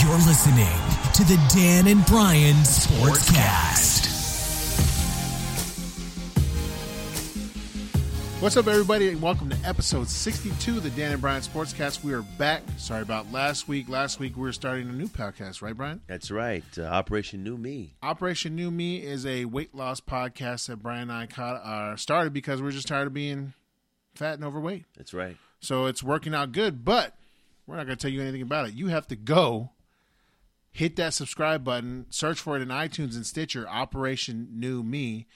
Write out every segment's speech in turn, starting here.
You're listening to the Dan and Brian Sportscast. What's up, everybody, and welcome to episode 62 of the Dan and Brian Sportscast. We are back. Sorry about last week. Last week, we were starting a new podcast, right, Brian? That's right. Uh, Operation New Me. Operation New Me is a weight loss podcast that Brian and I caught, uh, started because we're just tired of being fat and overweight. That's right. So it's working out good, but we're not going to tell you anything about it. You have to go hit that subscribe button, search for it in iTunes and Stitcher, Operation New Me,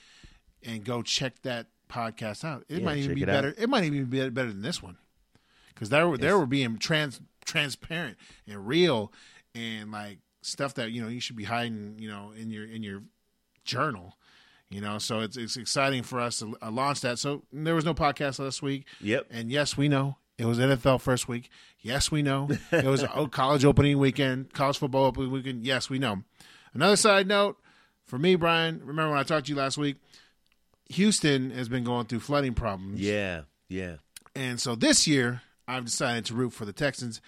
and go check that podcast out. It Yeah, might even check be it out. better. It might even be better than this one because there were there were being trans transparent and real and like stuff that you know you should be hiding you know in your in your journal. You know, so it's it's exciting for us to uh, launch that. So there was no podcast last week. Yep. And yes, we know it was NFL first week. Yes, we know it was oh, college opening weekend, college football opening weekend. Yes, we know. Another side note for me, Brian. Remember when I talked to you last week? Houston has been going through flooding problems, Yeah. Yeah. and so this year I've decided to root for the Texans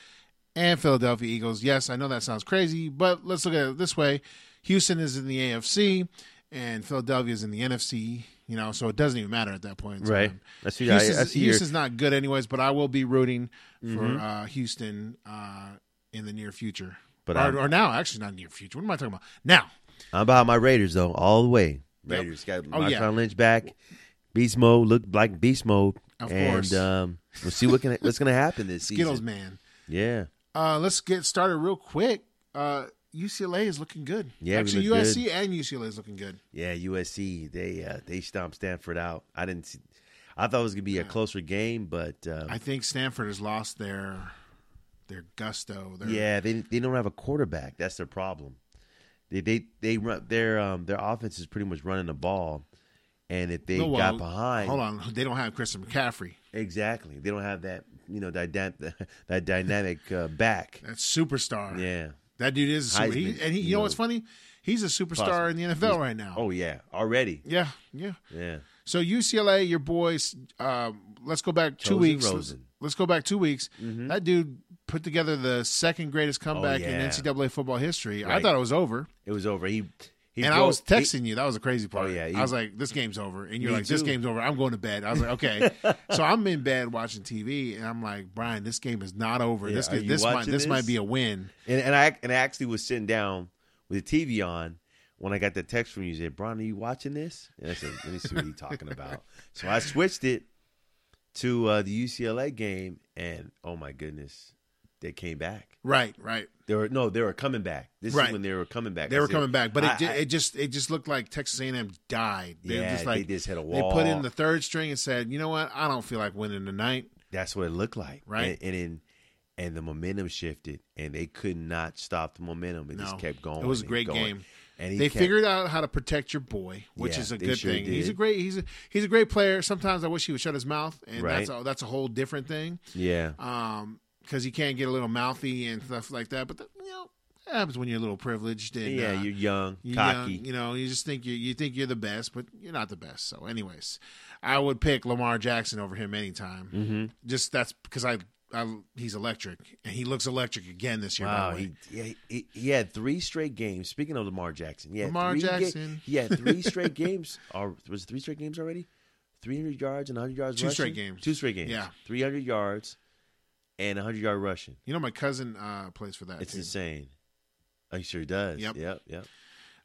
and Philadelphia Eagles. Yes, I know that sounds crazy, but let's look at it this way: Houston is in the AFC, and Philadelphia is in the NFC. You know, so it doesn't even matter at that point. in Right. time. I see. I, I Houston's, see your, Mm-hmm. Houston's not good anyways, but I will be rooting for uh, Houston uh, in the near future. But I'm- or, or now, actually, not near future. What am I talking about? Now, I'm behind my Raiders though, all the way. Yep. Raiders got Oh, Marshawn yeah. Lynch back. Beast mode looked like beast mode. Of and course. um, we'll see what can, what's going to happen this Skittles season. man. Yeah. Uh, let's get started real quick. Uh, UCLA is looking good. Yeah, we actually, look USC and UCLA is looking good. Yeah, USC they uh, they stomped Stanford out. I didn't see. I thought it was going to be a closer game, but um, I think Stanford has lost their their gusto. Their, yeah, they they don't have a quarterback. That's their problem. They they they run their um their offense is pretty much running the ball, and if they No, Oh, well, got behind, Hold on, they don't have Christian McCaffrey. Exactly. They don't have that, you know, dyna- that dynamic uh, back. That superstar. Yeah. That dude is a super, he, Heisman, and he, you you know know. what's funny? He's a superstar in the NFL right now. Oh yeah. Already. Yeah, yeah. Yeah. So UCLA, your boys. Um, let's go back two Chosen weeks. Rosen. Mm-hmm. Let's, let's go back two weeks. That dude put together the second greatest comeback Oh, yeah. in NCAA football history. I Right. thought it was over, It was over. He. he and I broke- was texting you. That was a crazy part. Oh, yeah, he- I was like, "This game's over," and you're Me like, "This too. game's over." I'm going to bed. I was like, "Okay." so I'm in bed watching TV, and I'm like, "Brian, this game is not over. Yeah, this are you this might watching this might this? be a win." he- and, and I and I actually was sitting down with the TV on when I got the text from you. Said, "Bron, are you watching this?" And I said, "Let me see what he's talking about." So I switched it to uh, the UCLA game, and oh my goodness, they came back. Right, right. They were no, they were coming back. This Right. is when they were coming back. They I were said, coming back, but it, I- ju- I- it just it just looked like Texas A&M died. They yeah, just like they just hit a They wall. put in the third string and said, "You know what? I don't feel like winning tonight." That's what it looked like, Right. And and, and, and the momentum shifted, and they could not stop the momentum. It No. just kept going. It was a and great going. game. and he They kept- figured out how to protect your boy, which Yeah, is a they good sure thing. He's a did. great he's a, he's a great player. Sometimes I wish he would shut his mouth, and Right. that's a, that's a whole different thing Yeah, because he can get a little mouthy and stuff like that. But that, you know, that happens when you're a little privileged. And, yeah. uh, You're young, you cocky. young, you know, you just think you you think you're the best, but you're not the best. So, anyways, I would pick Lamar Jackson over him anytime. Mm-hmm. Just that's because I, I he's electric, and he looks electric again this year. by Wow, the way. he, yeah, he he had three straight games. Speaking of Lamar Jackson, yeah, Lamar three ga- Jackson. he had three straight games. Or was it three straight games already? Three hundred yards and hundred yards. Two rushing? straight games. Two straight games. Yeah. three hundred yards and hundred yard rushing. you know, my cousin uh, plays for that. It's team. insane. Oh, He sure does. Yep. Yep. Yep.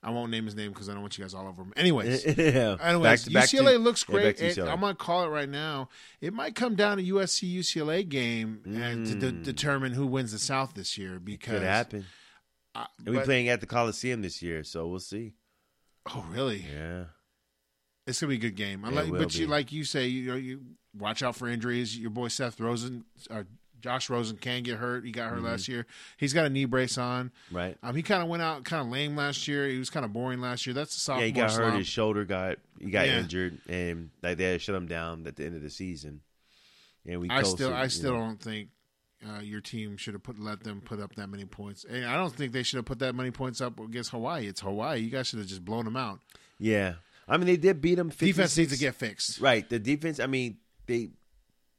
I won't name his name because I don't want you guys all over him. Anyways, yeah. anyways, Back to- back to- UCLA looks yeah, back great. to and UCLA. I'm gonna call it right now. It might come down to USC UCLA game and to de- determine who wins the South this year because Mm. Could happen. I- And we but- playing at the Coliseum this year, so we'll see. oh, really? Yeah. It's gonna be a good game. Unless, will but you be. like you say, you know, you watch out for injuries. Your boy Seth Rosen, or Josh Rosen, can get hurt. He got Mm-hmm. hurt last year. He's got a knee brace on. Right. Um, he kind of went out kind of lame last year. He was kind of boring last year. That's a sophomore Yeah, he got hurt. slump. His shoulder got he got Yeah. injured, and like they had to shut him down at the end of the season. And we I coasted, still, I you still know. don't think uh, your team should have put let them put up that many points. And I don't think they should have put that many points up against Hawaii. It's Hawaii. You guys should have just blown them out. Yeah, I mean they did beat him. 56. Defense needs to get fixed. right. The defense. I mean they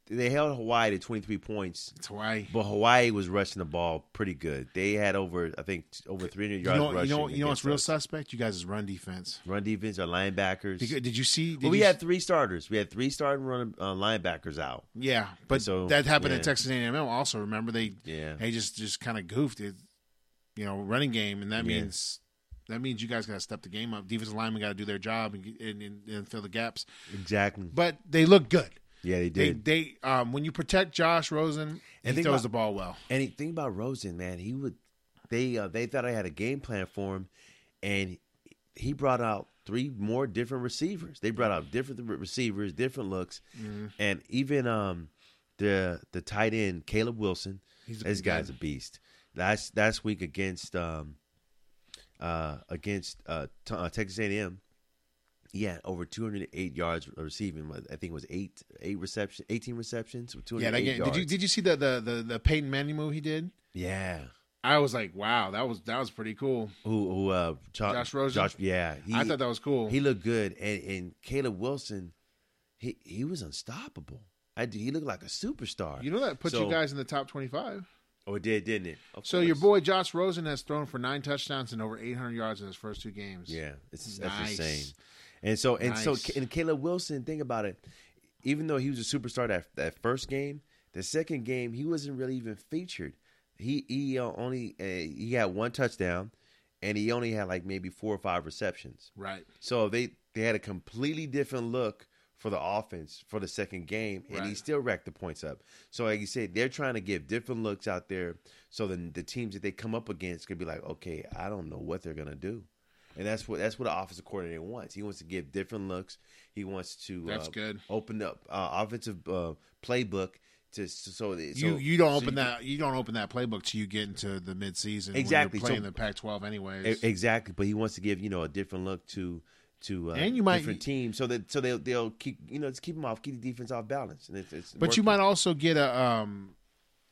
they held Hawaii to 23 points, It's Hawaii. but Hawaii was rushing the ball pretty good. They had over, I think, over 300 You yards know, you rushing. know, you know what's against real us. suspect? You guys' run defense. Run defense, our linebackers. Because, did you see? Did well, we you- had three starters. We had three starting running uh, linebackers out. yeah, but So, that happened yeah. at Texas A&M. Also, remember they Yeah. they just just kind of goofed it, you know, running game, and that Yeah. means that means you guys got to step the game up. Defensive linemen got to do their job and, get- and, and and fill the gaps. Exactly. But they look good. Yeah, they They did. they um when you protect Josh Rosen, And he think throws about- the ball well. And the thing about Rosen, man, he would they uh, they thought I had a game plan for him, and he brought out three more different receivers. They brought out different re- receivers, different looks, Mm-hmm. and even um the the tight end Caleb Wilson. He's a this big guy's guy. a beast. Last last week against um uh against uh, T- uh Texas A and M. Yeah, over 208 yards receiving. I think it was eight, eight reception, 18 receptions. with Yeah, that 208 game, did you yards. did you see the the the, the Peyton Manning move he did? yeah, I was like, wow, that was that was pretty cool. who who uh Jo- Josh Rosen? Josh, yeah, he, I thought that was cool. he looked good, and and Caleb Wilson, he he was unstoppable. I do. He looked like a superstar. you know that puts So- you guys in the top twenty five. Oh, it did, didn't it? Of So your course. boy Josh Rosen has thrown for nine touchdowns and over 800 yards in his first two games. Yeah, Nice. it's that's insane. And so and Nice. so and Caleb Wilson, think about it. Even though he was a superstar that that first game, the second game he wasn't really even featured. He he uh, only uh, he had one touchdown, and he only had like maybe four or five receptions. Right. So they they had a completely different look for the offense for the second game, and he Right. still racked the points up. So like you said, they're trying to give different looks out there, so then the teams that they come up against could be like, okay, I don't know what they're gonna do, and that's what that's what the offensive coordinator wants. He wants to give different looks. He wants to That's uh, good. Open up uh, offensive uh, playbook to so, so you you don't so open you that you don't open that playbook till you get into the midseason. Exactly. So- When you're playing the Pac-12 anyways. E- Exactly, but he wants to give you know a different look to to uh, And you might- different teams, so that so they'll they'll keep you know just keep them off, keep the defense off balance. And it's, it's but you working. might also get a um,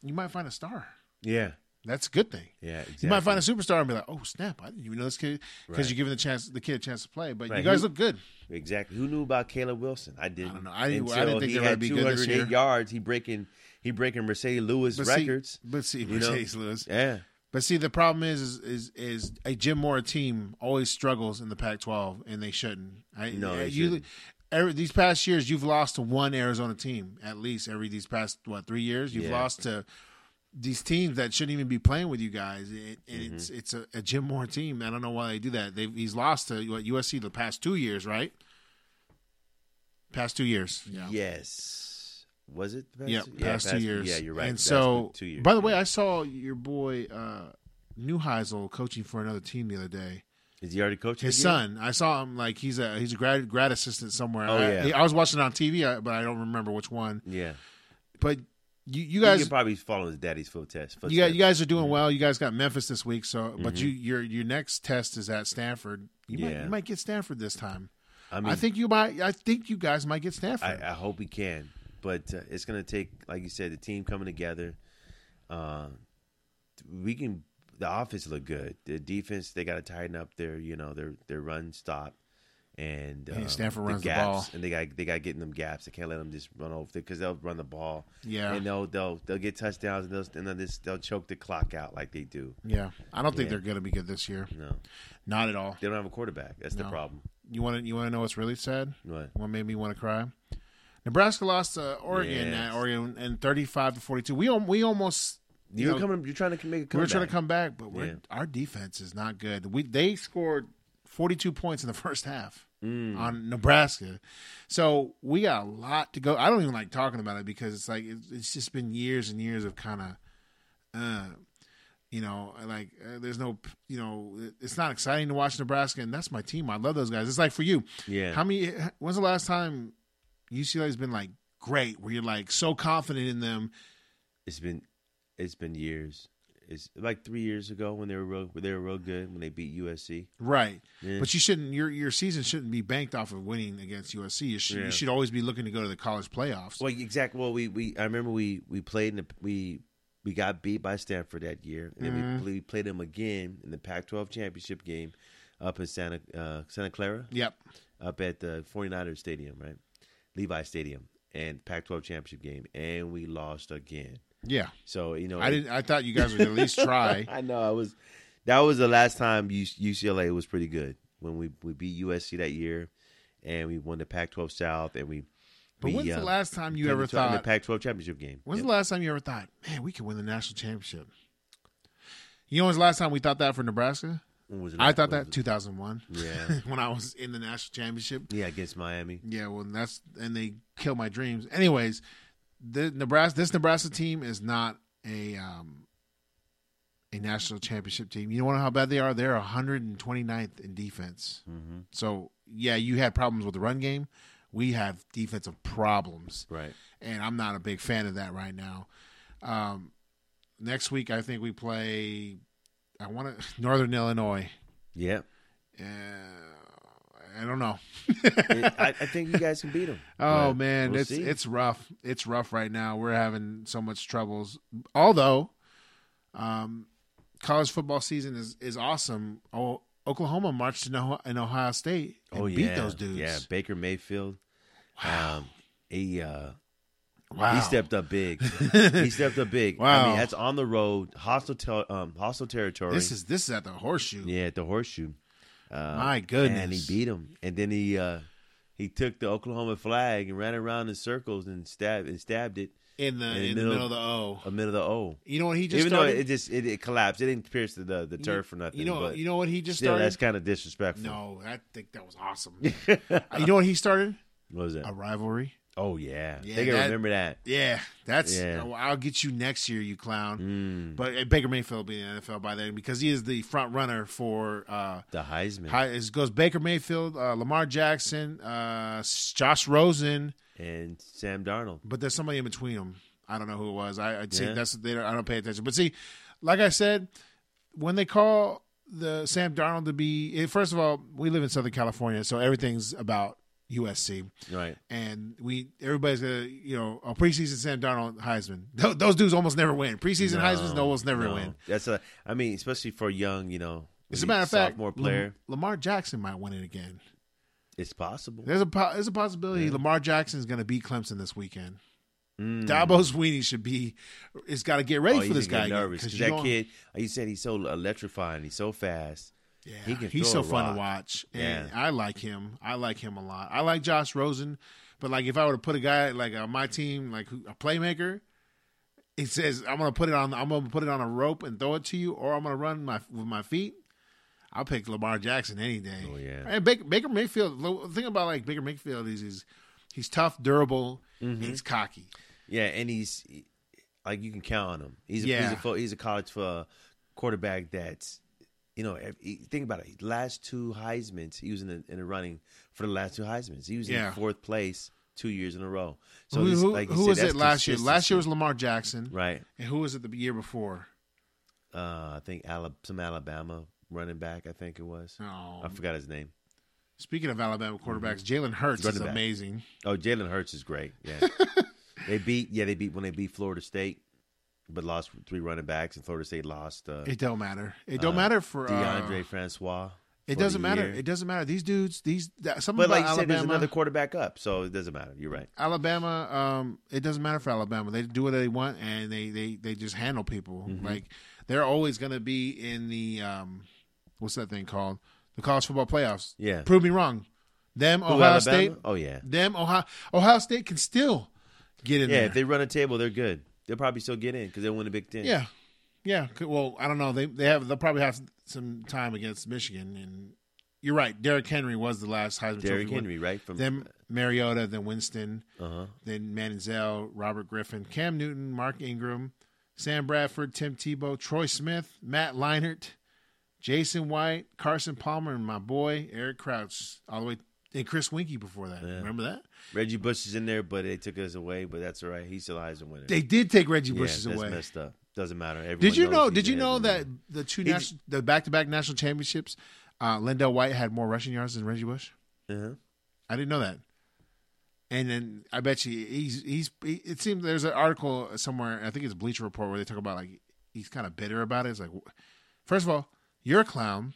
you might find a star. yeah That's a good thing. yeah exactly. You might find a superstar and be like, "Oh snap! I didn't even know this kid." Because Right. you're giving the chance the kid a chance to play. But Right. you guys Who- look good. exactly who knew about Caleb Wilson? I didn't. know. I didn't- I Until didn't think he they were had gonna be good this 208 year. yards. He breaking he breaking Mercedes Lewis But see- records. but see, know? Mercedes Lewis. yeah, But see, the problem is, is, is, is a Jim Mora team always struggles in the Pac-12, and they shouldn't. I, No, they you, shouldn't. Every, these past years, you've lost to one Arizona team at least every these past what three years. You've Yeah. lost to these teams that shouldn't even be playing with you guys. It, and Mm-hmm. It's it's a, a Jim Mora team. I don't know why they do that. They've, he's lost to what, USC the past two years, right? Past two years, yeah. yes. Was it? the past Yeah, two- past, two years. Yeah, you're right. And That's so, been two years. by the way, I saw your boy uh, Newheisel coaching for another team the other day. is he already coaching His son, again? I saw him like he's a he's a grad grad assistant somewhere. Oh, I, yeah. I was watching it on TV, I- but I don't remember which one. Yeah, But you you you guys guys probably Mm-hmm. follow his daddy's footsteps. you guys, you guys are doing well. You guys got Memphis this week, so but you your your next test is at Stanford. You might Mm-hmm. Yeah. you might get Stanford this time. I I, mean, think you might. I think you guys might get Stanford. I, I hope we can, but uh, it's going to take, like you said, the team coming together. Uh, we can. The offense look good. The defense they got to tighten up their, you know, their their run stop, and uh, Yeah, Stanford runs the gaps, ball. and they got they got getting them gaps. They can't let them just run over because they'll run the ball. Yeah. and they'll they'll they'll get touchdowns and they'll and they'll, just, they'll choke the clock out like they do. yeah, I don't think Yeah. they're going to be good this year. No, Not at all. they don't have a quarterback. That's the No. problem. You want to you want to know what's really sad? What? What made me want to cry? Nebraska lost to Oregon Yes. at Oregon and thirty-five to forty-two. We al- we almost you You're know, coming. You're trying to make a comeback. we were trying to come back, but we're, Yeah. our defense is not good. We they scored forty-two points in the first half on Nebraska, so we got a lot to go. I don't even like talking about it because it's like it's, it's just been years and years of kind of. Uh, you know, like uh, there's no, you know, it- it's not exciting to watch Nebraska, and that's my team. I love those guys. It's like for you, Yeah. How many? When's the last time UCLA's been like great, where you're like so confident in them? it's been it's been years. It's like three years ago when they were real, when they were real good when they beat USC. Right, Yeah. but you shouldn't. Your your season shouldn't be banked off of winning against USC. You should, Yeah. you should always be looking to go to the college playoffs. Well, exactly. Well, we, we I remember we we played in the, we we got beat by Stanford that year, and then Mm-hmm. we, play, we played them again in the Pac-12 championship game up in Santa uh, Santa Clara, Yep, up at the 49ers Stadium, right? Levi Stadium, and Pac-12 championship game, and we lost again. Yeah, So you know, I didn't. I thought you guys would at least try. I know. I was. That was the last time U- UCLA was pretty good when we we beat USC that year, and we won the Pac-12 South, and we. But we, when's the uh, last time you came ever to- in the thought? Pac-12 championship game? When's Yep. the last time you ever thought, man, we could win the national championship? You know, when's the last time we thought that for Nebraska? When was the I last- thought when that was- 2001. Yeah. when I was in the national championship. Yeah, against Miami. Yeah, well, that's and they killed my dreams. Anyways, the Nebraska, this Nebraska team is not a um, a national championship team. You don't know how bad they are. They're 129th in defense. So yeah, you had problems with the run game. We have defensive problems Right. and I'm not a big fan of that right now. Um, next week, I think we play. I want to Northern Illinois. Yeah. Uh, I don't know. It- I, I think you guys can beat them. oh man, we'll it's see. it's rough. It's rough right now. We're having so much troubles. Although, um, college football season is is awesome. Oh, Oklahoma marched in Ohio, in Ohio State and oh beat yeah. those dudes. Yeah, Baker Mayfield. Um, he uh, wow. he stepped up big. he stepped up big. I Wow. mean, that's on the road, hostile tel- um, hostile territory. This is this is at the horseshoe. yeah, at the horseshoe. Uh, My goodness. And he beat him, and then he uh, he took the Oklahoma flag and ran around in circles and stabbed and stabbed it in the in, the middle, of the O. a middle of the O. You know what he just Even started? though it just it, it collapsed, it didn't pierce the the, the You- turf or nothing. You know, but you know what he just still, started? that's kind of disrespectful. no, I think that was awesome. Uh, you know what he started? What was that? A rivalry. Oh yeah, Yeah, they can that- remember that. Yeah, that's. Yeah. Mm-hmm. oh, I'll get you next year, you clown. Mm, But uh, Baker Mayfield will be in the NFL by then because he is the front runner for. Uh, The Heisman high, it goes Baker Mayfield, uh, Lamar Jackson, uh, Josh Rosen, and Sam Darnold. but there's somebody in between them. I don't know who it was. I, I see Yeah. that's they don't, I don't pay attention. But see, like I said, when they call the Sam Darnold to be eh, first of all, we live in Southern California, so everything's about USC, Right. and we everybody's gonna you know a preseason Sam Darnold Heisman. Th- those dudes almost never win. Preseason Heisman's almost never no. win. That's a. I mean, especially for young, you know, As a maybe matter of fact, mm-hmm. sophomore Lam- player, Lamar Jackson might win it again. it's possible. There's a po- there's a possibility Lamar Jackson's going to beat Clemson this weekend. Mm. Dabo's Weenie should be, has got to get ready Oh, for he's this gonna guy. get again, nervous 'cause 'cause you that don't- kid. Like you said, he's so electrifying. He's so fast. Yeah, He can he's throw so a fun rock. to watch, and Yeah. I like him. I like him a lot. I like Josh Rosen, but like if I were to put a guy like on my team, like who, a playmaker, it says I'm gonna put it on. I'm gonna put it on a rope and throw it to you, or I'm gonna run my with my feet. I'll pick Lamar Jackson any day. Oh, yeah. and Baker, Baker Mayfield. The thing about like Baker Mayfield is he's he's tough, durable, Mm-hmm. and he's cocky. Yeah, and he's like you can count on him. He's a, he's Yeah. a fo- he's a college for quarterback that's you know ev- he- think about it. His Last two Heisman's he was in the in the running for the last two Heisman's. He was Yeah. in fourth place two years in a row. So Who, he's, who, like you who said, was that's it last year? Last year was consistency. Lamar Jackson, right. and who was it the year before? Uh, I think Alab- some Alabama running back. I think it was. Oh, I forgot his name. Speaking of Alabama Mm-hmm. quarterbacks, Jalen Hurts Running is back. amazing. Oh, Jalen Hurts is great. Yeah, they beat. Yeah, they beat when they beat Florida State, but lost three running backs, and Florida State lost uh, It don't matter. It don't matter for uh, DeAndre Francois. It for doesn't the matter. year. It doesn't matter. These dudes, these that, something but like you about said, there's Alabama. another quarterback up, so it doesn't matter. You're right. Alabama, um, it doesn't matter for Alabama. They do what they want, and they they they just handle people. Mm-hmm. Like they're always going to be in the um, what's that thing called? The college football playoffs. Yeah. prove me wrong. Them Who, Ohio Alabama? State. Oh yeah, Them Ohio Ohio State can still get in yeah. there. If they run a table, they're good. They'll probably still get in because they win the Big Ten. Yeah, yeah. c- Well, I don't know. They they have they'll probably have some time against Michigan. And you're right. Derrick Henry was the last Heisman Derrick Trophy Henry, right? From Win. Then Mariota, then Winston, uh-huh. then Manziel, Robert Griffin, Cam Newton, Mark Ingram, Sam Bradford, Tim Tebow, Troy Smith, Matt Leinart, Jason White, Carson Palmer, and my boy Eric Crouch, all the way, and Chris Winkie before that. Remember that? Reggie Bush is in there, but they took us away. But that's all right. He's still Heisman winner. They did take Reggie yeah, Bush's that's away. messed up. Doesn't matter. Everyone Did you knows know? he's Did you the know Heisman that winner. the two national, the back-to-back national championships, uh, Lindell White had more rushing yards than Reggie Bush? Uh-huh. I didn't know that. And then I bet you he's he's. He, it seems there's an article somewhere. I think it's Bleacher Report where they talk about like he's kind of bitter about it. It's like, wh- first of all, you're a clown,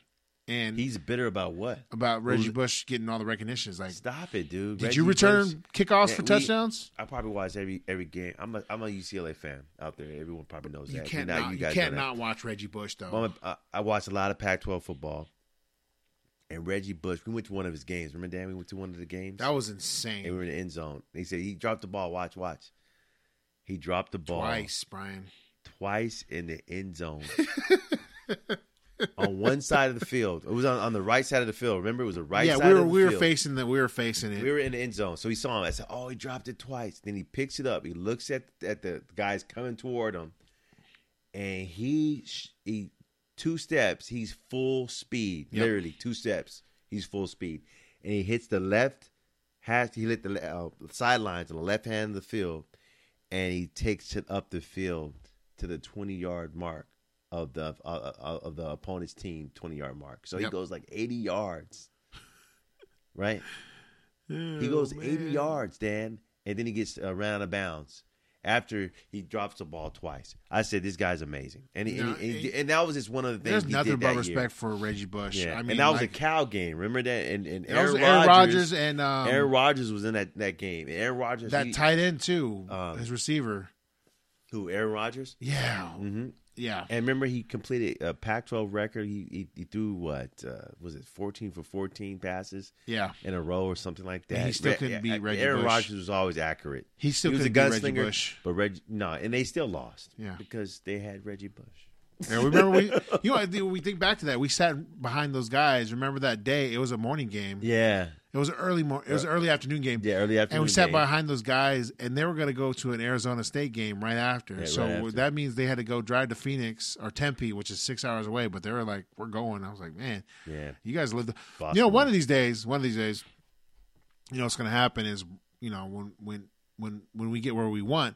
and He's bitter about what? about Reggie Bush getting all the recognitions. Like, Stop it, dude. did Reggie you return Bush- kickoffs Yeah, for we- touchdowns? I probably watch every every game. I'm a I'm a UCLA fan out there. Everyone probably knows You that. can't Now not, you guys can't know that. not watch Reggie Bush though. Mama, I, I watch a lot of Pac-12 football, and Reggie Bush. We went to one of his games. Remember, Dan? We went to one of the games. that was and we insane. were in the end zone. They said he dropped the ball. Watch, watch. He dropped the ball Twice, Brian. twice in the end zone. on one side of the field, it was on, on the right side of the field. Remember, it was the right. yeah, side we were of the we were field. facing the we were facing it. We were in the end zone, so he saw him. I said, "Oh, he dropped it twice." Then he picks it up. He looks at at the guys coming toward him, and he sh- he two steps. He's full speed, Yep. literally two steps. He's full speed, and he hits the left has he hit the le- uh, sidelines on the left hand of the field, and he takes it up the field to the twenty yard mark of the uh, uh, of the opponent's team twenty yard mark. So he Yep. goes like eighty yards, right? He goes Oh, 80 yards, Dan, and then he gets uh, ran out of bounds after he drops the ball twice. I said this guy's amazing, and he, No, and, he- and, he- it- and that was just one of the There's things. he nothing did but that respect year. for Reggie Bush. Yeah, I mean, and that was like, a cow game. Remember that? And and that was Aaron, Aaron Rodgers, Rodgers and um, Aaron Rodgers was in that, that game. And Aaron Rodgers, that he- tight end too, Um, his receiver. who Aaron Rodgers, Yeah, Mhm. yeah. and remember he completed a Pac-12 record. He he, he threw what uh, was it 14 for 14 passes Yeah, in a row or something like And that. he still Re- couldn't beat A- Reggie Aaron Bush. Rodgers was always accurate. he still he was a couldn't beat Reggie gunslinger, Bush. but Reggie no, and they still lost. Yeah. because they had Reggie Bush. Yeah, remember we you know when we think back to that we sat behind those guys. Remember that day? It was a morning game. Yeah, It was an early mor- It was an early afternoon game. yeah. Early afternoon, And we sat game. behind those guys, and they were going to go to an Arizona State game right after. Yeah, so right after. that means they had to go drive to Phoenix or Tempe, which is six hours away. But they were like, "We're going." I was like, "Man, Yeah, you guys live the Boston. you know one of these days one of these days you know what's going to happen is you know when when when when we get where we want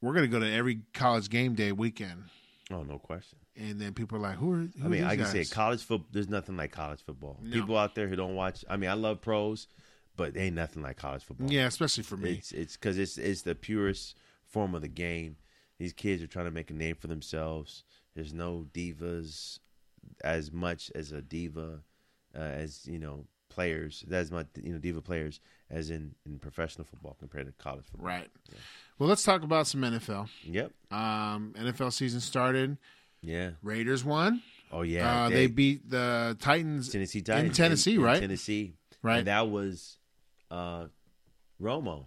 we're going to go to every college game day weekend oh no question. and then people are like who are who I mean, are I these can say guys? college football. There's nothing like college football. No. People out there who don't watch. I mean, I love pros, but they ain't nothing like college football. yeah especially for me it's it's because it's it's the purest form of the game. These kids are trying to make a name for themselves. There's no divas as much as a diva uh, as you know players. That's my you know diva players as in in professional football compared to college football. right well let's talk about some NFL Yep. um NFL season started Yeah. Raiders won Oh yeah. uh, they, beat the Titans Tennessee Titans in Tennessee in right Tennessee. Right. And that was uh, Romo.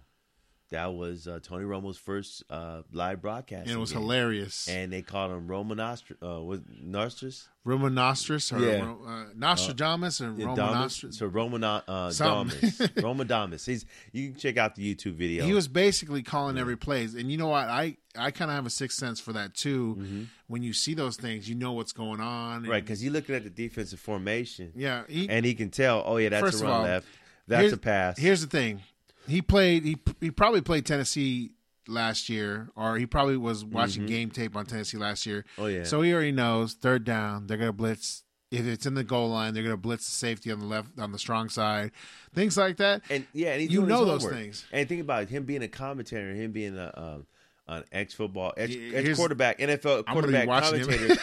That was uh, Tony Romo's first uh, live broadcast. and it was hilarious And they called him Roman Nostr- uh, was Nostris. Romanostris or Yeah. Ro- uh, Nostradamus or Yeah, Romanostris Domus. So Roman uh, Something. Domus. Roman Domus. He's you can check out the YouTube video. He was basically calling every plays, and you know what? I I kind of have a sixth sense for that too. When you see those things, you know what's going on. and- Mm-hmm. right because he's looking at the defensive formation, Yeah. He, and he can tell. Oh yeah, that's First a of run all, left. That's here's- a pass. Here's the thing. He played. He he probably played Tennessee last year, or he probably was watching game tape on Tennessee last year. Mm-hmm. Oh, yeah. So he already knows third down. They're gonna blitz. If it's in the goal line, they're gonna blitz the safety on the left on the strong side, things like that. and yeah, and he's You doing his know those homework. things. And think about it, him being a commentator, him being a um, an ex football, ex Yeah, ex here's- quarterback, NFL I'm gonna be quarterback watching him. commentator.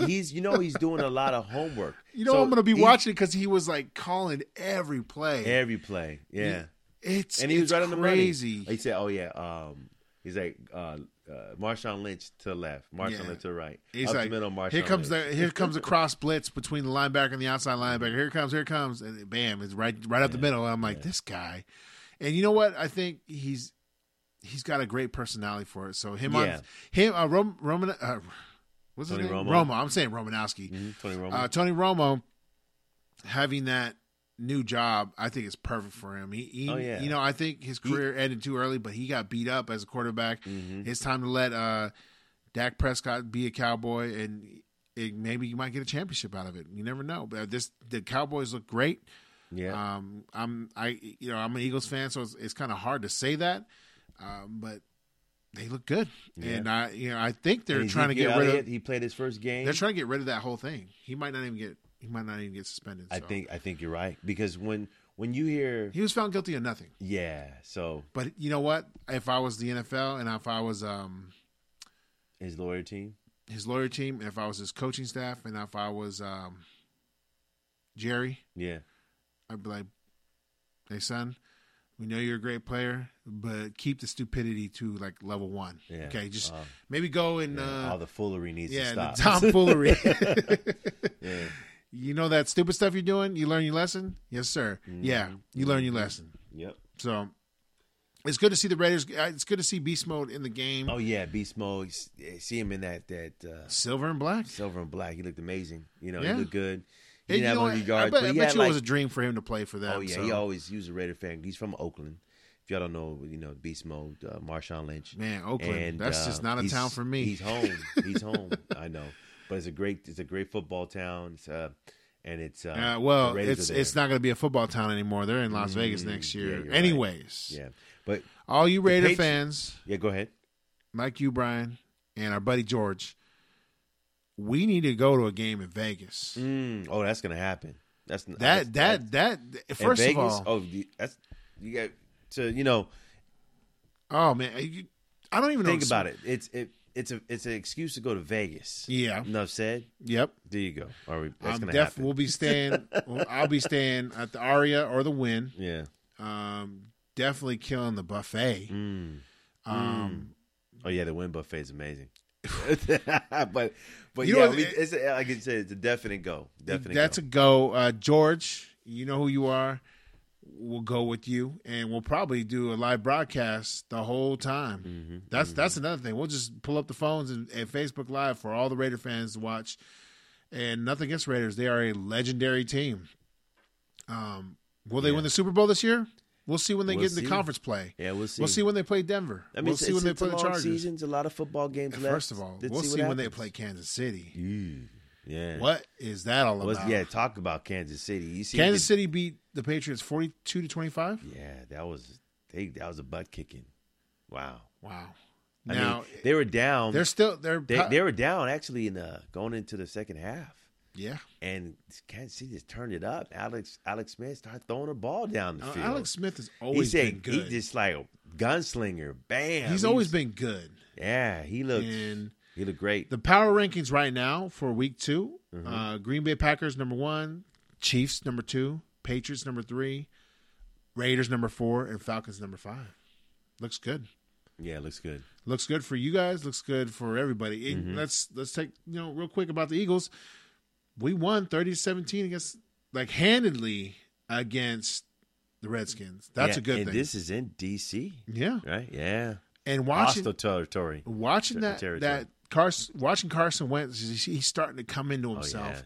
he's you know he's doing a lot of homework. you know So I'm gonna be he- watching because he was like calling every play. every play. Yeah, It's and he was it's right on the money. crazy. He said, "Oh yeah." Um, he's like uh, uh, Marshawn Lynch to the left, Marshawn Yeah. Lynch to the right. He's Up the like, middle, Marshawn here comes Lynch. the here comes a cross blitz between the linebacker and the outside linebacker. Here it comes, here it comes, and it- bam, it's right right up the middle. I'm like, this guy, and you know what? I think he's he's got a great personality for it. So him Yeah. on him uh, Rom, Roman uh, what's his Tony name? Romo. Romo. I'm saying Romanowski. Mhm, Tony Romo. Uh, Tony Romo having that new job, I think is perfect for him. He, he Oh, yeah. you know, I think his career ended too early, but he got beat up as a quarterback. Mm-hmm. It's time to let uh, Dak Prescott be a Cowboy, and it, maybe you might get a championship out of it. You never know. But this, the Cowboys look great. yeah, Um, I'm, I, you know, I'm an Eagles fan, so it's, it's kind of hard to say that, um, but they look good, and I, you know, I think they're And trying to Ezekiel get rid of. Elliott, He played his first game. They're trying to get rid of that whole thing. He might not even get. He might not even get suspended. I so. think I think you're right because when when you hear he was found guilty of nothing. yeah, so But you know what? If I was the NFL and if I was um, his lawyer team. his lawyer team, and if I was his coaching staff, and if I was um, Jerry, Yeah. I'd be like, "Hey, son, we know you're a great player, but keep the stupidity to like level one. Yeah. Okay, just Uh, maybe go and yeah, all uh, the foolery needs yeah, to the stop. tomfoolery. yeah. you know that stupid stuff you're doing. You learn your lesson. Yes, sir. Mm-hmm. Yeah, you learn your lesson. Yep. So." It's good to see the Raiders. uh, It's good to see Beast Mode in the game. Oh yeah, Beast Mode. s- yeah, See him in that that uh, Silver and black. silver and black. He looked amazing. You know, Yeah. he looked good. He And didn't you have know any what? guards, I bet, but I he bet had you it like was a dream for him to play for them. Oh yeah, so. he always he was a Raider fan. He's from Oakland. If y'all don't know, you know Beast Mode, uh, Marshawn Lynch. man, Oakland. And, that's uh, just not a he's- town for me. He's home. He's home. I know, but it's a great it's a great football town. It's, uh, and it's uh, Uh, the well, Raiders it's are there. it's not going to be a football town anymore. They're in Las Vegas Mm, next yeah, year, you're right. anyways. yeah. But All you Raider Patri- fans, yeah, go ahead. like you, Brian, and our buddy George, we need to go to a game in Vegas. Mm, oh, that's gonna happen. That's That that's- that that. in First Vegas? of all, oh, you- that's you got to you know oh, man, you, I don't even think know. about it. It's it it's a it's an excuse to go to Vegas. Yeah. enough said. Yep. There you go. All right, that's I'm gonna def. happen. We'll be staying. well, I'll be staying at the Aria or the Win. yeah, Um, definitely killing the buffet. Mm. Um, Oh yeah, the wind buffet is amazing. but but You know yeah, what- we, it's a, like I said, it's a definite go. Definite. that's go. a go. Uh, George, you know who you are. We'll go with you, and we'll probably do a live broadcast the whole time. Mm-hmm, That's that's another thing. We'll just pull up the phones and, and Facebook Live for all the Raider fans to watch. And nothing against Raiders; they are a legendary team. Um, will they Yeah. win the Super Bowl this year? We'll see when they We'll get in see. the conference play. yeah, we'll see. We'll see when they play Denver. I mean, we'll it's, see when it's, they it's a play the long Chargers. seasons, a lot of football games left. First of all, Let's we'll see, when they happens. play Kansas City. Mm. Yeah. What is that all Was about? yeah? Talk about Kansas City. You see, Kansas City beat the Patriots forty-two to twenty-five. Yeah, that was they. That was a butt kicking. Wow. Wow. I Now mean, they were down. they're still they're They, they were down actually in the going into the second half, yeah. and Kansas City just turned it up. Alex Alex Smith started throwing the ball down the Uh, field. Alex Smith has he always been said good. he just like a gunslinger. Bam. he's He always was- been good. Yeah, he looked. And he looked great. the power rankings right now for Week 2 Mm-hmm. uh, Green Bay Packers number one, Chiefs number two, Patriots number three, Raiders number four, and Falcons number five. Looks good. yeah, looks good. looks good for you guys looks good for everybody And Mm-hmm. let's let's take you know real quick about the eagles we won 30-17 against like handedly against the redskins that's Yeah, a good and thing This is in D.C. yeah Right? Yeah. and watching Hostile territory. watching that territory. that carson watching carson wentz he's, he's starting to come into Oh, himself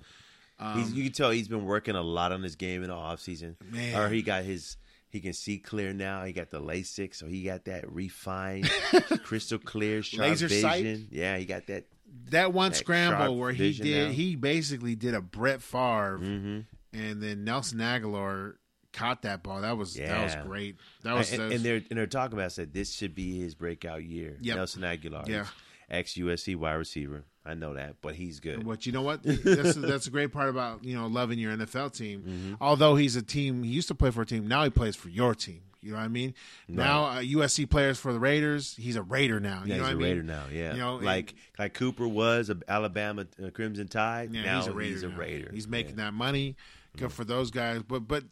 Um, yeah. He's, you can tell he's been working a lot on his game in the offseason. Man. Or he got his he can see clear now. He got the LASIK, so he got that refined, crystal clear, sharp Laser vision. sight? Yeah, he got that. that one That scramble sharp where he vision did now. he basically did a Brett Favre Mhm. and then Nelson Aguilar caught that ball that was that Yeah. was great that was, and, that and was they're and they're talking about said this should be his breakout year. Yep. Nelson Aguilar, Yeah. ex USC wide receiver. I know that, but he's good. But you know what? That's that's a great part about you know loving your NFL team. Mm-hmm. Although he's a team, he used to play for a team. Now he plays for your team. You know what I mean? Now uh, USC players for the Raiders. He's a Raider now. You Yeah, know he's what a I mean? Raider now. Yeah, You know, like like Cooper was a Alabama uh, Crimson Tide. Yeah, now he's a Raider. now. He's making Yeah. that money. Good for those guys. But but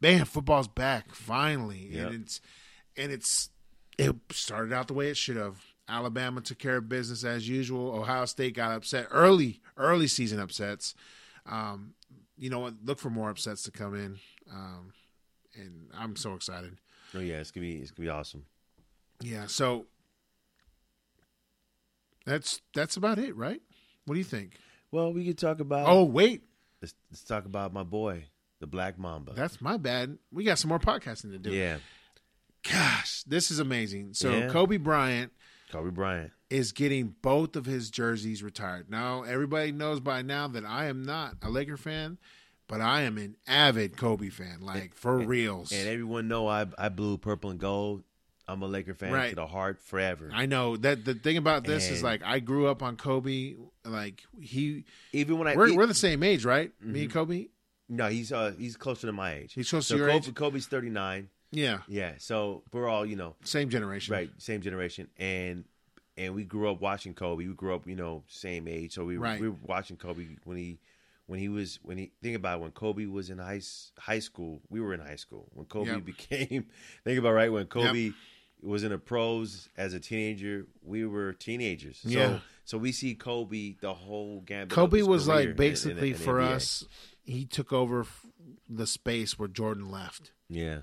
man, football's back finally, Yep. and it's and it's it started out the way it should have. Alabama took care of business as usual. Ohio State got upset early, early season upsets. Um, you know what? Look for more upsets to come in, um, and I'm so excited. Oh yeah, it's gonna be it's gonna be awesome. Yeah. So that's that's about it, right? What do you think? Well, we could talk about. Oh wait, let's, let's talk about my boy, the Black Mamba. That's my bad. We got some more podcasting to do. yeah, Gosh, this is amazing. So Yeah. Kobe Bryant Kobe Bryant. is getting both of his jerseys retired. Now everybody knows by now that I am not a Laker fan, but I am an avid Kobe fan, like for reals. And everyone know I I blew purple and gold. I'm a Laker fan Right. to the heart forever. I know that the thing about this is And- like I grew up on Kobe. Like he, Even when I we're, he- Mm-hmm. we're the same age, right? Me and Kobe. no, he's uh he's closer to my age. He's close so to your Kobe, age. Kobe's 39. Yeah, Yeah, so we're all you know same generation. right same generation and. And we grew up watching Kobe. We grew up, you know, same age, so we, Right. we were watching Kobe when he when he was when he think about it, when Kobe was in high s- high school, we were in high school when Kobe Yep. became. Think about it, right when Kobe was in the pros as a teenager, we were teenagers. So, Yeah. So we see Kobe the whole gambit. of Kobe his was career in- like in- basically in for NBA. us. He took over f- the space where Jordan left, Yeah.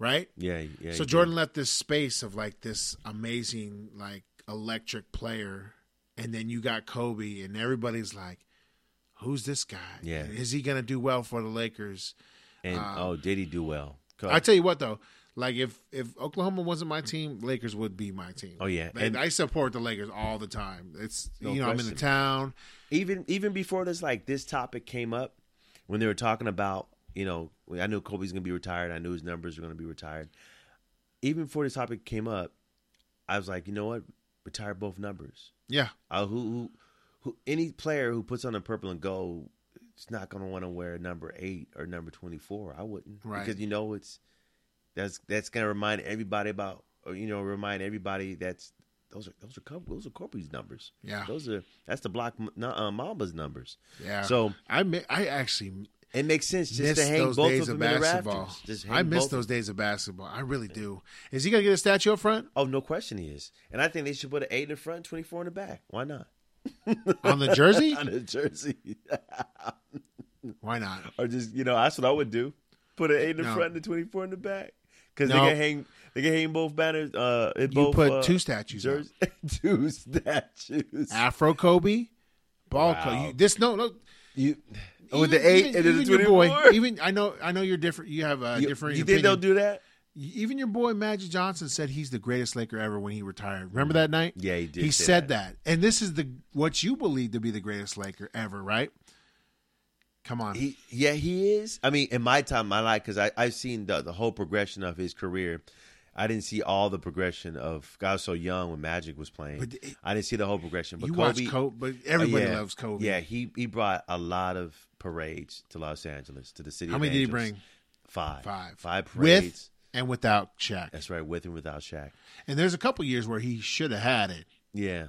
right? Yeah. Yeah. he so did. Jordan left this space of like this amazing, like electric player, and then you got Kobe, and everybody's like, "Who's this guy? Yeah. is he gonna do well for the Lakers?" and oh, did he do well? Co- I tell you what though, like if if Oklahoma wasn't my team, Lakers would be my team. Oh, yeah. and And- I support the Lakers all the time. It's No you know I'm in question. the town. even even before this like this topic came up when they were talking about you know when I knew Kobe's gonna be retired I knew his numbers were gonna be retired even before this topic came up I was like you know what retire both numbers Yeah, uh, who, who who any player who puts on a purple and gold is not gonna want to wear number eight or number twenty four I wouldn't Right. because you know it's that's that's gonna remind everybody about or, you know remind everybody that's those are those are Kobe- those are Kobe's numbers yeah, those are that's the block M- Na- uh, Mamba's numbers. yeah. So I mi- I actually it makes sense just miss to hang those both days of of them in the basketball. rafters. Just hang I miss both of those days of basketball. I really do. Is he gonna get a statue up front Oh, no question he is, and I think they should put an eight in the front, twenty four in the back. Why not on the jersey? on the jersey? Why not? or just you know, that's what I would do. Put an eight in the No. front and the twenty four in the back because No. they can hang they can hang both banners. Uh, in You both, put uh, two statues up. jerseys, two statues. Afro Kobe, ball Wow. Kobe. You- This no no. You with even- the eight even- and then the even your twenty boy- four. Even I know I know you're different. You have a You, you different. think they'll opinion. do that? Even your boy Magic Johnson said he's the greatest Laker ever when he retired. Remember that night? Yeah, he did He say said that. and this is the what you believe to be the greatest Laker ever, right? Come on, He, yeah, he is. I mean, in my time, my life, because I I've seen the the whole progression of his career. I didn't see all the progression of. I was so young when Magic was playing. But it- I didn't see the whole progression. But you Kobe, watch Kobe, but everybody oh, yeah. loves Kobe. Yeah, he he brought a lot of parades to Los Angeles to the city. How of many did he angels. bring? Five. Five. Five parades. with and without Shaq. That's right, with and without Shaq. And there's a couple years where he should have had it. Yeah,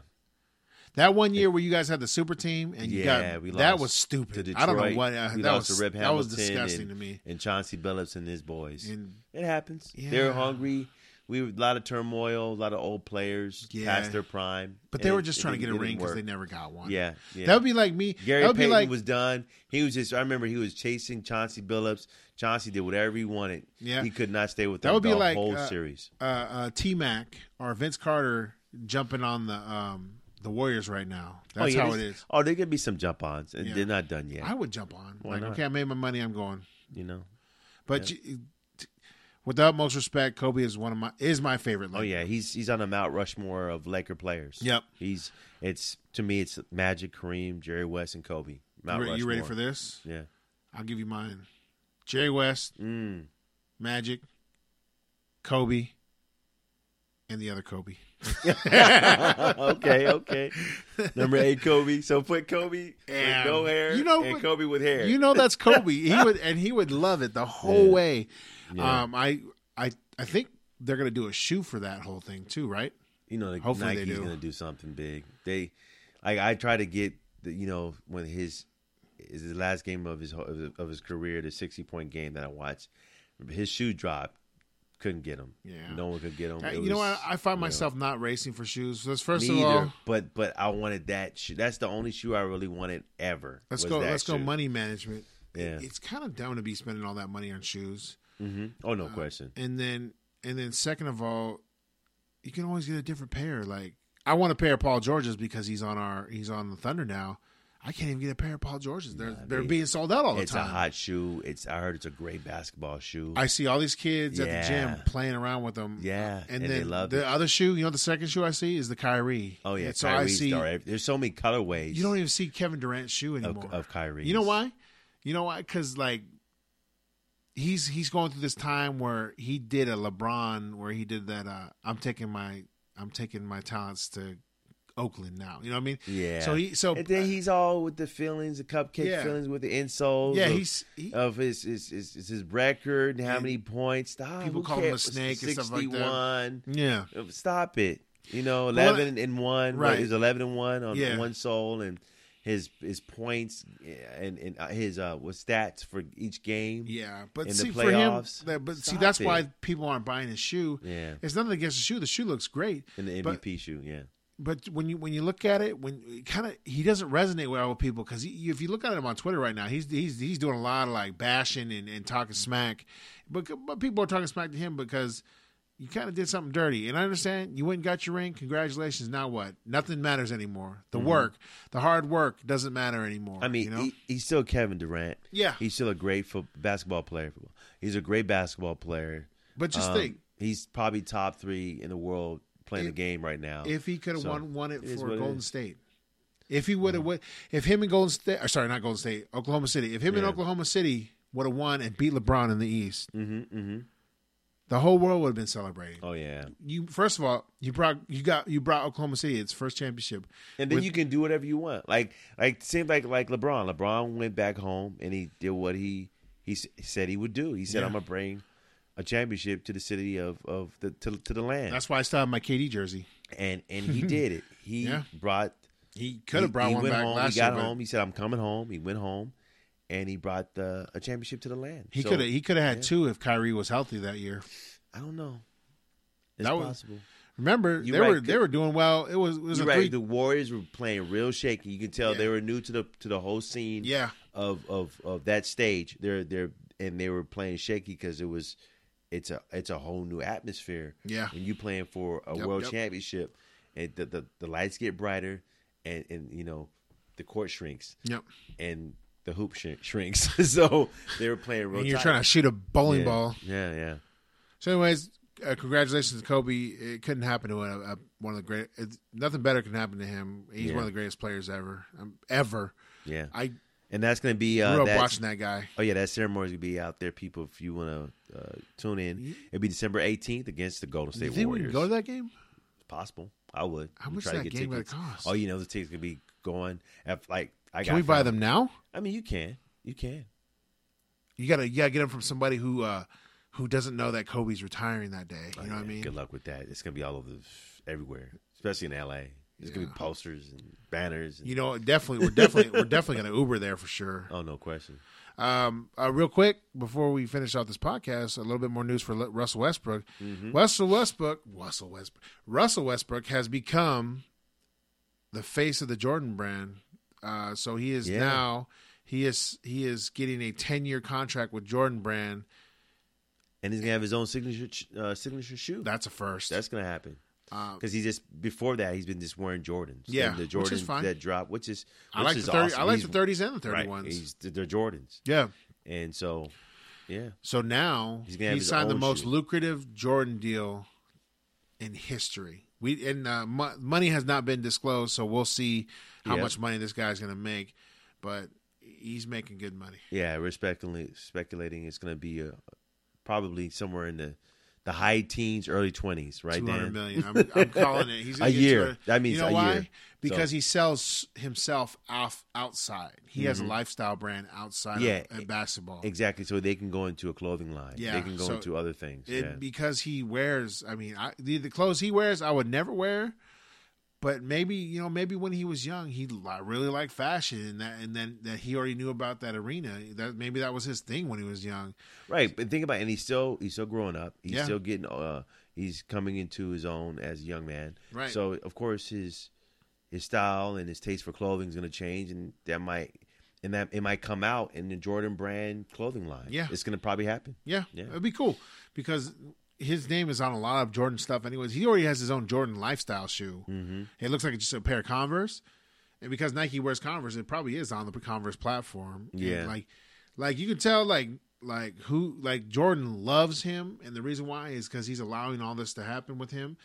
That one year where you guys had the super team and you yeah, got we lost. that was To stupid. Detroit. I don't know what uh, we that lost was. to Rip that was Hamilton disgusting and, to me. And Chauncey Billups and his boys. And It happens. They were Yeah. hungry. We were a lot of turmoil, a lot of old players Yeah. past their prime. but they and were it- just it trying to get didn't- a it didn't ring because work. they never got one. Yeah, yeah. that would be like me. Gary that would Payton be like was done. He was just. I remember he was chasing Chauncey Billups. Chauncey did whatever he wanted. Yeah. he could not stay with That them would be the like, whole uh, series. uh, uh, T Mac or Vince Carter jumping on the um, the Warriors right now. That's oh, yeah, how it this- is. Oh, there could be some jump ons, and Yeah. they're not done yet. I would jump on. like, not? okay, I made my money. I'm going. you know. But you, t- with the utmost respect, Kobe is one of my is my favorite. Oh Like, yeah, he's he's on a Mount Rushmore of Laker players. Yep. He's it's to me it's Magic, Kareem, Jerry West, and Kobe. Mount you, re- you ready Rushmore. for this? Yeah. I'll give you mine. Jerry West, Mm. Magic, Kobe, and the other Kobe. okay, okay. Number eight, Kobe. So put Kobe Damn. with no hair, You know, and but- Kobe with hair. You know that's Kobe. He would and he would love it the whole Yeah. way. Yeah. Um, I I I think they're gonna do a shoe for that whole thing too, right? you know, Hopefully they Nike's do. gonna do something big. They, like, I try to get the, you know, when his is his last game of his of his career, the sixty point game that I watched. His shoe dropped, couldn't get him. Yeah. no one could get him. Uh, Oh, It you know was- what? I find you know. myself uh, not racing for shoes. Because first Me of either, all, but but I wanted that shoe. That's the only shoe I really wanted ever. let's was go. that Let's go. shoe. Money management. It- Yeah. it's kind of dumb to be spending all that money on shoes, Mhm. Oh Uh, no question. and then and then second of all, you can always get a different pair. Like I want a pair of Paul Georges because he's on our he's on the Thunder now. I can't even get a pair of Paul Georges. They're they're mean, being sold out all the It's a time. hot shoe. It's I heard it's a great basketball shoe. I see all these kids at the Yeah. gym playing around with them. Yeah, and, and then they love the it. other shoe. You know, the second shoe I see is the Kyrie. oh yeah, And so so Kyrie's I see star. There's so many colorways. you don't even see Kevin Durant's shoe of, anymore of Kyrie. You know why? You know why? Because like he's he's going through this time where he did a LeBron, where he did that. Uh, I'm taking my I'm taking my talents to Oakland now. You know what I mean? Yeah. So he so and then he's all with the feelings, the cupcake Yeah. feelings with the insoles. uh, yeah of, he's he, of his his, his his his record and how And many points. Stop. people who call him a cares? snake and stuff like that. 61. yeah Stop it. You know, Well, eleven and one. right. Right. He was eleven and one on Yeah. one soul and. his his points and and uh, his uh what stats for each game. Yeah, but in the see playoffs. for him, that, but see Stop that's it. why people aren't buying his shoe. Yeah. it's nothing against the shoe. The shoe looks great. in the but- MVP shoe. Yeah, but when you when you look at it, when kind of he doesn't resonate well with people because if you look at him on Twitter right now, he's he's he's doing a lot of like bashing and, and talking smack, but but people are talking smack to him because you kind of did something dirty. And I understand you went and got your ring. Congratulations. Now what? Nothing matters anymore. The work, the hard work, doesn't matter anymore. Mm-hmm. I mean e, you know? he, he's still Kevin Durant. Yeah. he's still a great fo- basketball player. He's a great basketball player. but just Um, think he's probably top three in the world playing If- the game right now. if he could have Oh, so, won won it it is for what it Golden is. State. If he would have, if him and Golden State, or sorry, not Golden State, Oklahoma City. If him and Yeah. Oklahoma City would have won and beat LeBron in the East, hmm hmm the whole world would have been celebrating. Oh yeah, You first of all, you brought you got you brought Oklahoma City its first championship. and then With- you can do whatever you want. Like like seems like like LeBron. LeBron went back home and he did what he he s- said he would do. He said, Yeah. "I'm gonna bring a championship to the city of of the to, to the land," That's why I still have my KD jersey. and and he did it. He Yeah. brought He could have he- brought he one went back home, last He got year. but home. He said, "I'm coming home." He went home, and he brought the, a championship to the land. He So, could have he could have had two if Kyrie was healthy that year. I don't know. It's That was- possible. Remember, You they right, were they were doing well. It was it was You're a right. three. The Warriors were playing real shaky. You can tell Yeah. they were new to the to the whole scene. Yeah. Of of of that stage, they're they're and they were playing shaky because it was, it's a it's a whole new atmosphere. Yeah. When you playing for a Yep, world yep. championship, and the, the the lights get brighter, and and you know, the court shrinks Yep. and the hoop shrink shrinks. so they were playing real. And you're tight. trying to shoot a bowling yeah. ball. Yeah, yeah. So, anyways, uh, congratulations to Kobe. It couldn't happen to a, a, one of the great. It's, nothing better can happen to him. He's Yeah. one of the greatest players ever. Um, ever. Yeah, I grew and that's gonna be uh, up that's- watching that guy. Oh yeah, that ceremony's gonna be out there, people. If you want to uh, tune in, it'll be December eighteenth against the Golden Do you State think we Warriors. can go to that game? It's possible. I would. How We much try is to that get game gonna tickets. cost? Oh, you know the tickets gonna be going at like I Can got we buy friends- them now? I mean, you can. You can. You gotta, you gotta get them from somebody who, uh, who doesn't know that Kobe's retiring that day. You know what I Oh, Yeah, mean? Good luck with that. It's gonna be all over the, everywhere, especially in L.A. There's gonna be posters and banners. And, You know, definitely, we're definitely, we're definitely gonna Uber there for sure. oh no question. Um, uh, real quick before we finish out this podcast, a little bit more news for Le- Russell Westbrook. Mm-hmm. Russell Westbrook, Russell Westbrook, Russell Westbrook has become the face of the Jordan brand. Uh, so he is Yeah. now he is he is getting a ten year contract with Jordan Brand. And he's gonna have his own signature ch- uh, signature shoe. That's a first. That's gonna happen. Uh, Because he just before that he's been just wearing Jordans, Yeah, And the which is Jordans fine. that drop, which is I which like the is thirty. awesome. I like He's- the thirties and the Right. thirty ones. He's, they're Jordans, Yeah. and so yeah, So now He's gonna have he his signed the own most shoe. lucrative Jordan deal in history. We and uh, mo- money has not been disclosed, so we'll see how Yeah. much money this guy's going to make. But he's making good money. yeah. We're speculating, speculating it's going to be uh probably somewhere in the the high teens, early twenties, right? Two hundred Dan? million. I'm, I'm calling it. He's gonna A get year. 200. That means you know a why? year. Because So- he sells himself off outside. He has a lifestyle brand outside Mm-hmm. Yeah, of, of basketball. Exactly. So they can go into a clothing line. Yeah, they can go so into other things. it, yeah. because he wears. I mean, I, the, the clothes he wears, I would never wear. But maybe you know, maybe when he was young, he li- really liked fashion, and that, and then that he already knew about that arena. That maybe that was his thing when he was young. right. But think about, it, and he's still he's still growing up. He's Yeah. still getting. uh He's coming into his own as a young man. Right. So of course his his style and his taste for clothing is going to change, and that might. And that it might come out in the Jordan brand clothing line. Yeah. it's going to probably happen. Yeah, Yeah. it'd be cool because his name is on a lot of Jordan stuff. Anyways, he already has his own Jordan lifestyle shoe. Mm-hmm. It looks like it's just a pair of Converse, and because Nike wears Converse, it probably is on the Converse platform. And, Yeah. like, like you can tell, like, like who, like Jordan loves him, and the reason why is because he's allowing all this to happen with him.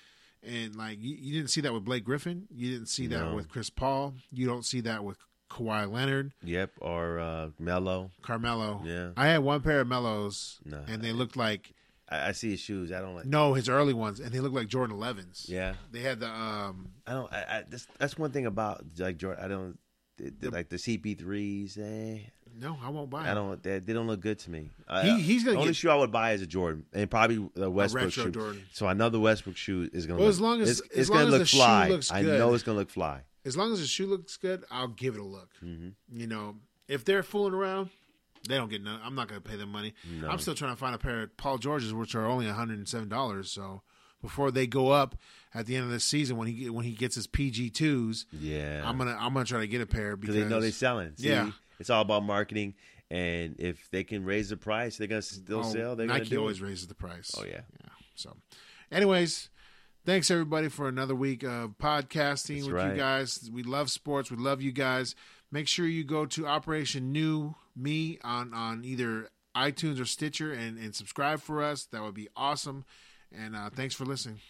And like you, you didn't see that with Blake Griffin, you didn't see that No. with Chris Paul, you don't see that with Kawhi Leonard. Yep, or uh, Mello. Carmelo. Yeah. I had one pair of Mellows, Nah. and they looked like I, I see his shoes. I don't like. No, his early ones, and they look like Jordan 11s. Yeah, They had the um I don't. I, I that's, that's one thing about like Jordan. I don't the, the- like the CP threes. Eh, no, I won't buy. I it. don't. They, they don't look good to me. I- He- he's gonna the only get- shoe I would buy is a Jordan, and probably a Westbrook retro shoe. Jordan. So I know the Westbrook shoe is gonna. Well, look, as long as- it's, as it's long gonna as look the shoe fly, looks I good. know it's gonna look fly. as long as the shoe looks good, I'll give it a look. Mm-hmm. You know, if they're fooling around, they don't get none. I'm not going to pay them money. I'm still trying to find a pair of Paul Georges, which are only 107 dollars. So before they go up at the end of the season, when he when he gets his PG twos, Yeah. I'm gonna I'm gonna try to get a pair because because they know they're selling. See? Yeah. It's all about marketing. And if they can raise the price, they're going to still Oh, sell. They're going to Nike do always it. raises the price. Oh, yeah. Yeah. So, anyways, thanks everybody for another week of podcasting with right. you guys. We love sports. We love you guys. Make sure you go to Operation New Me on on either iTunes or Stitcher and and subscribe for us. That would be awesome. And uh, thanks for listening.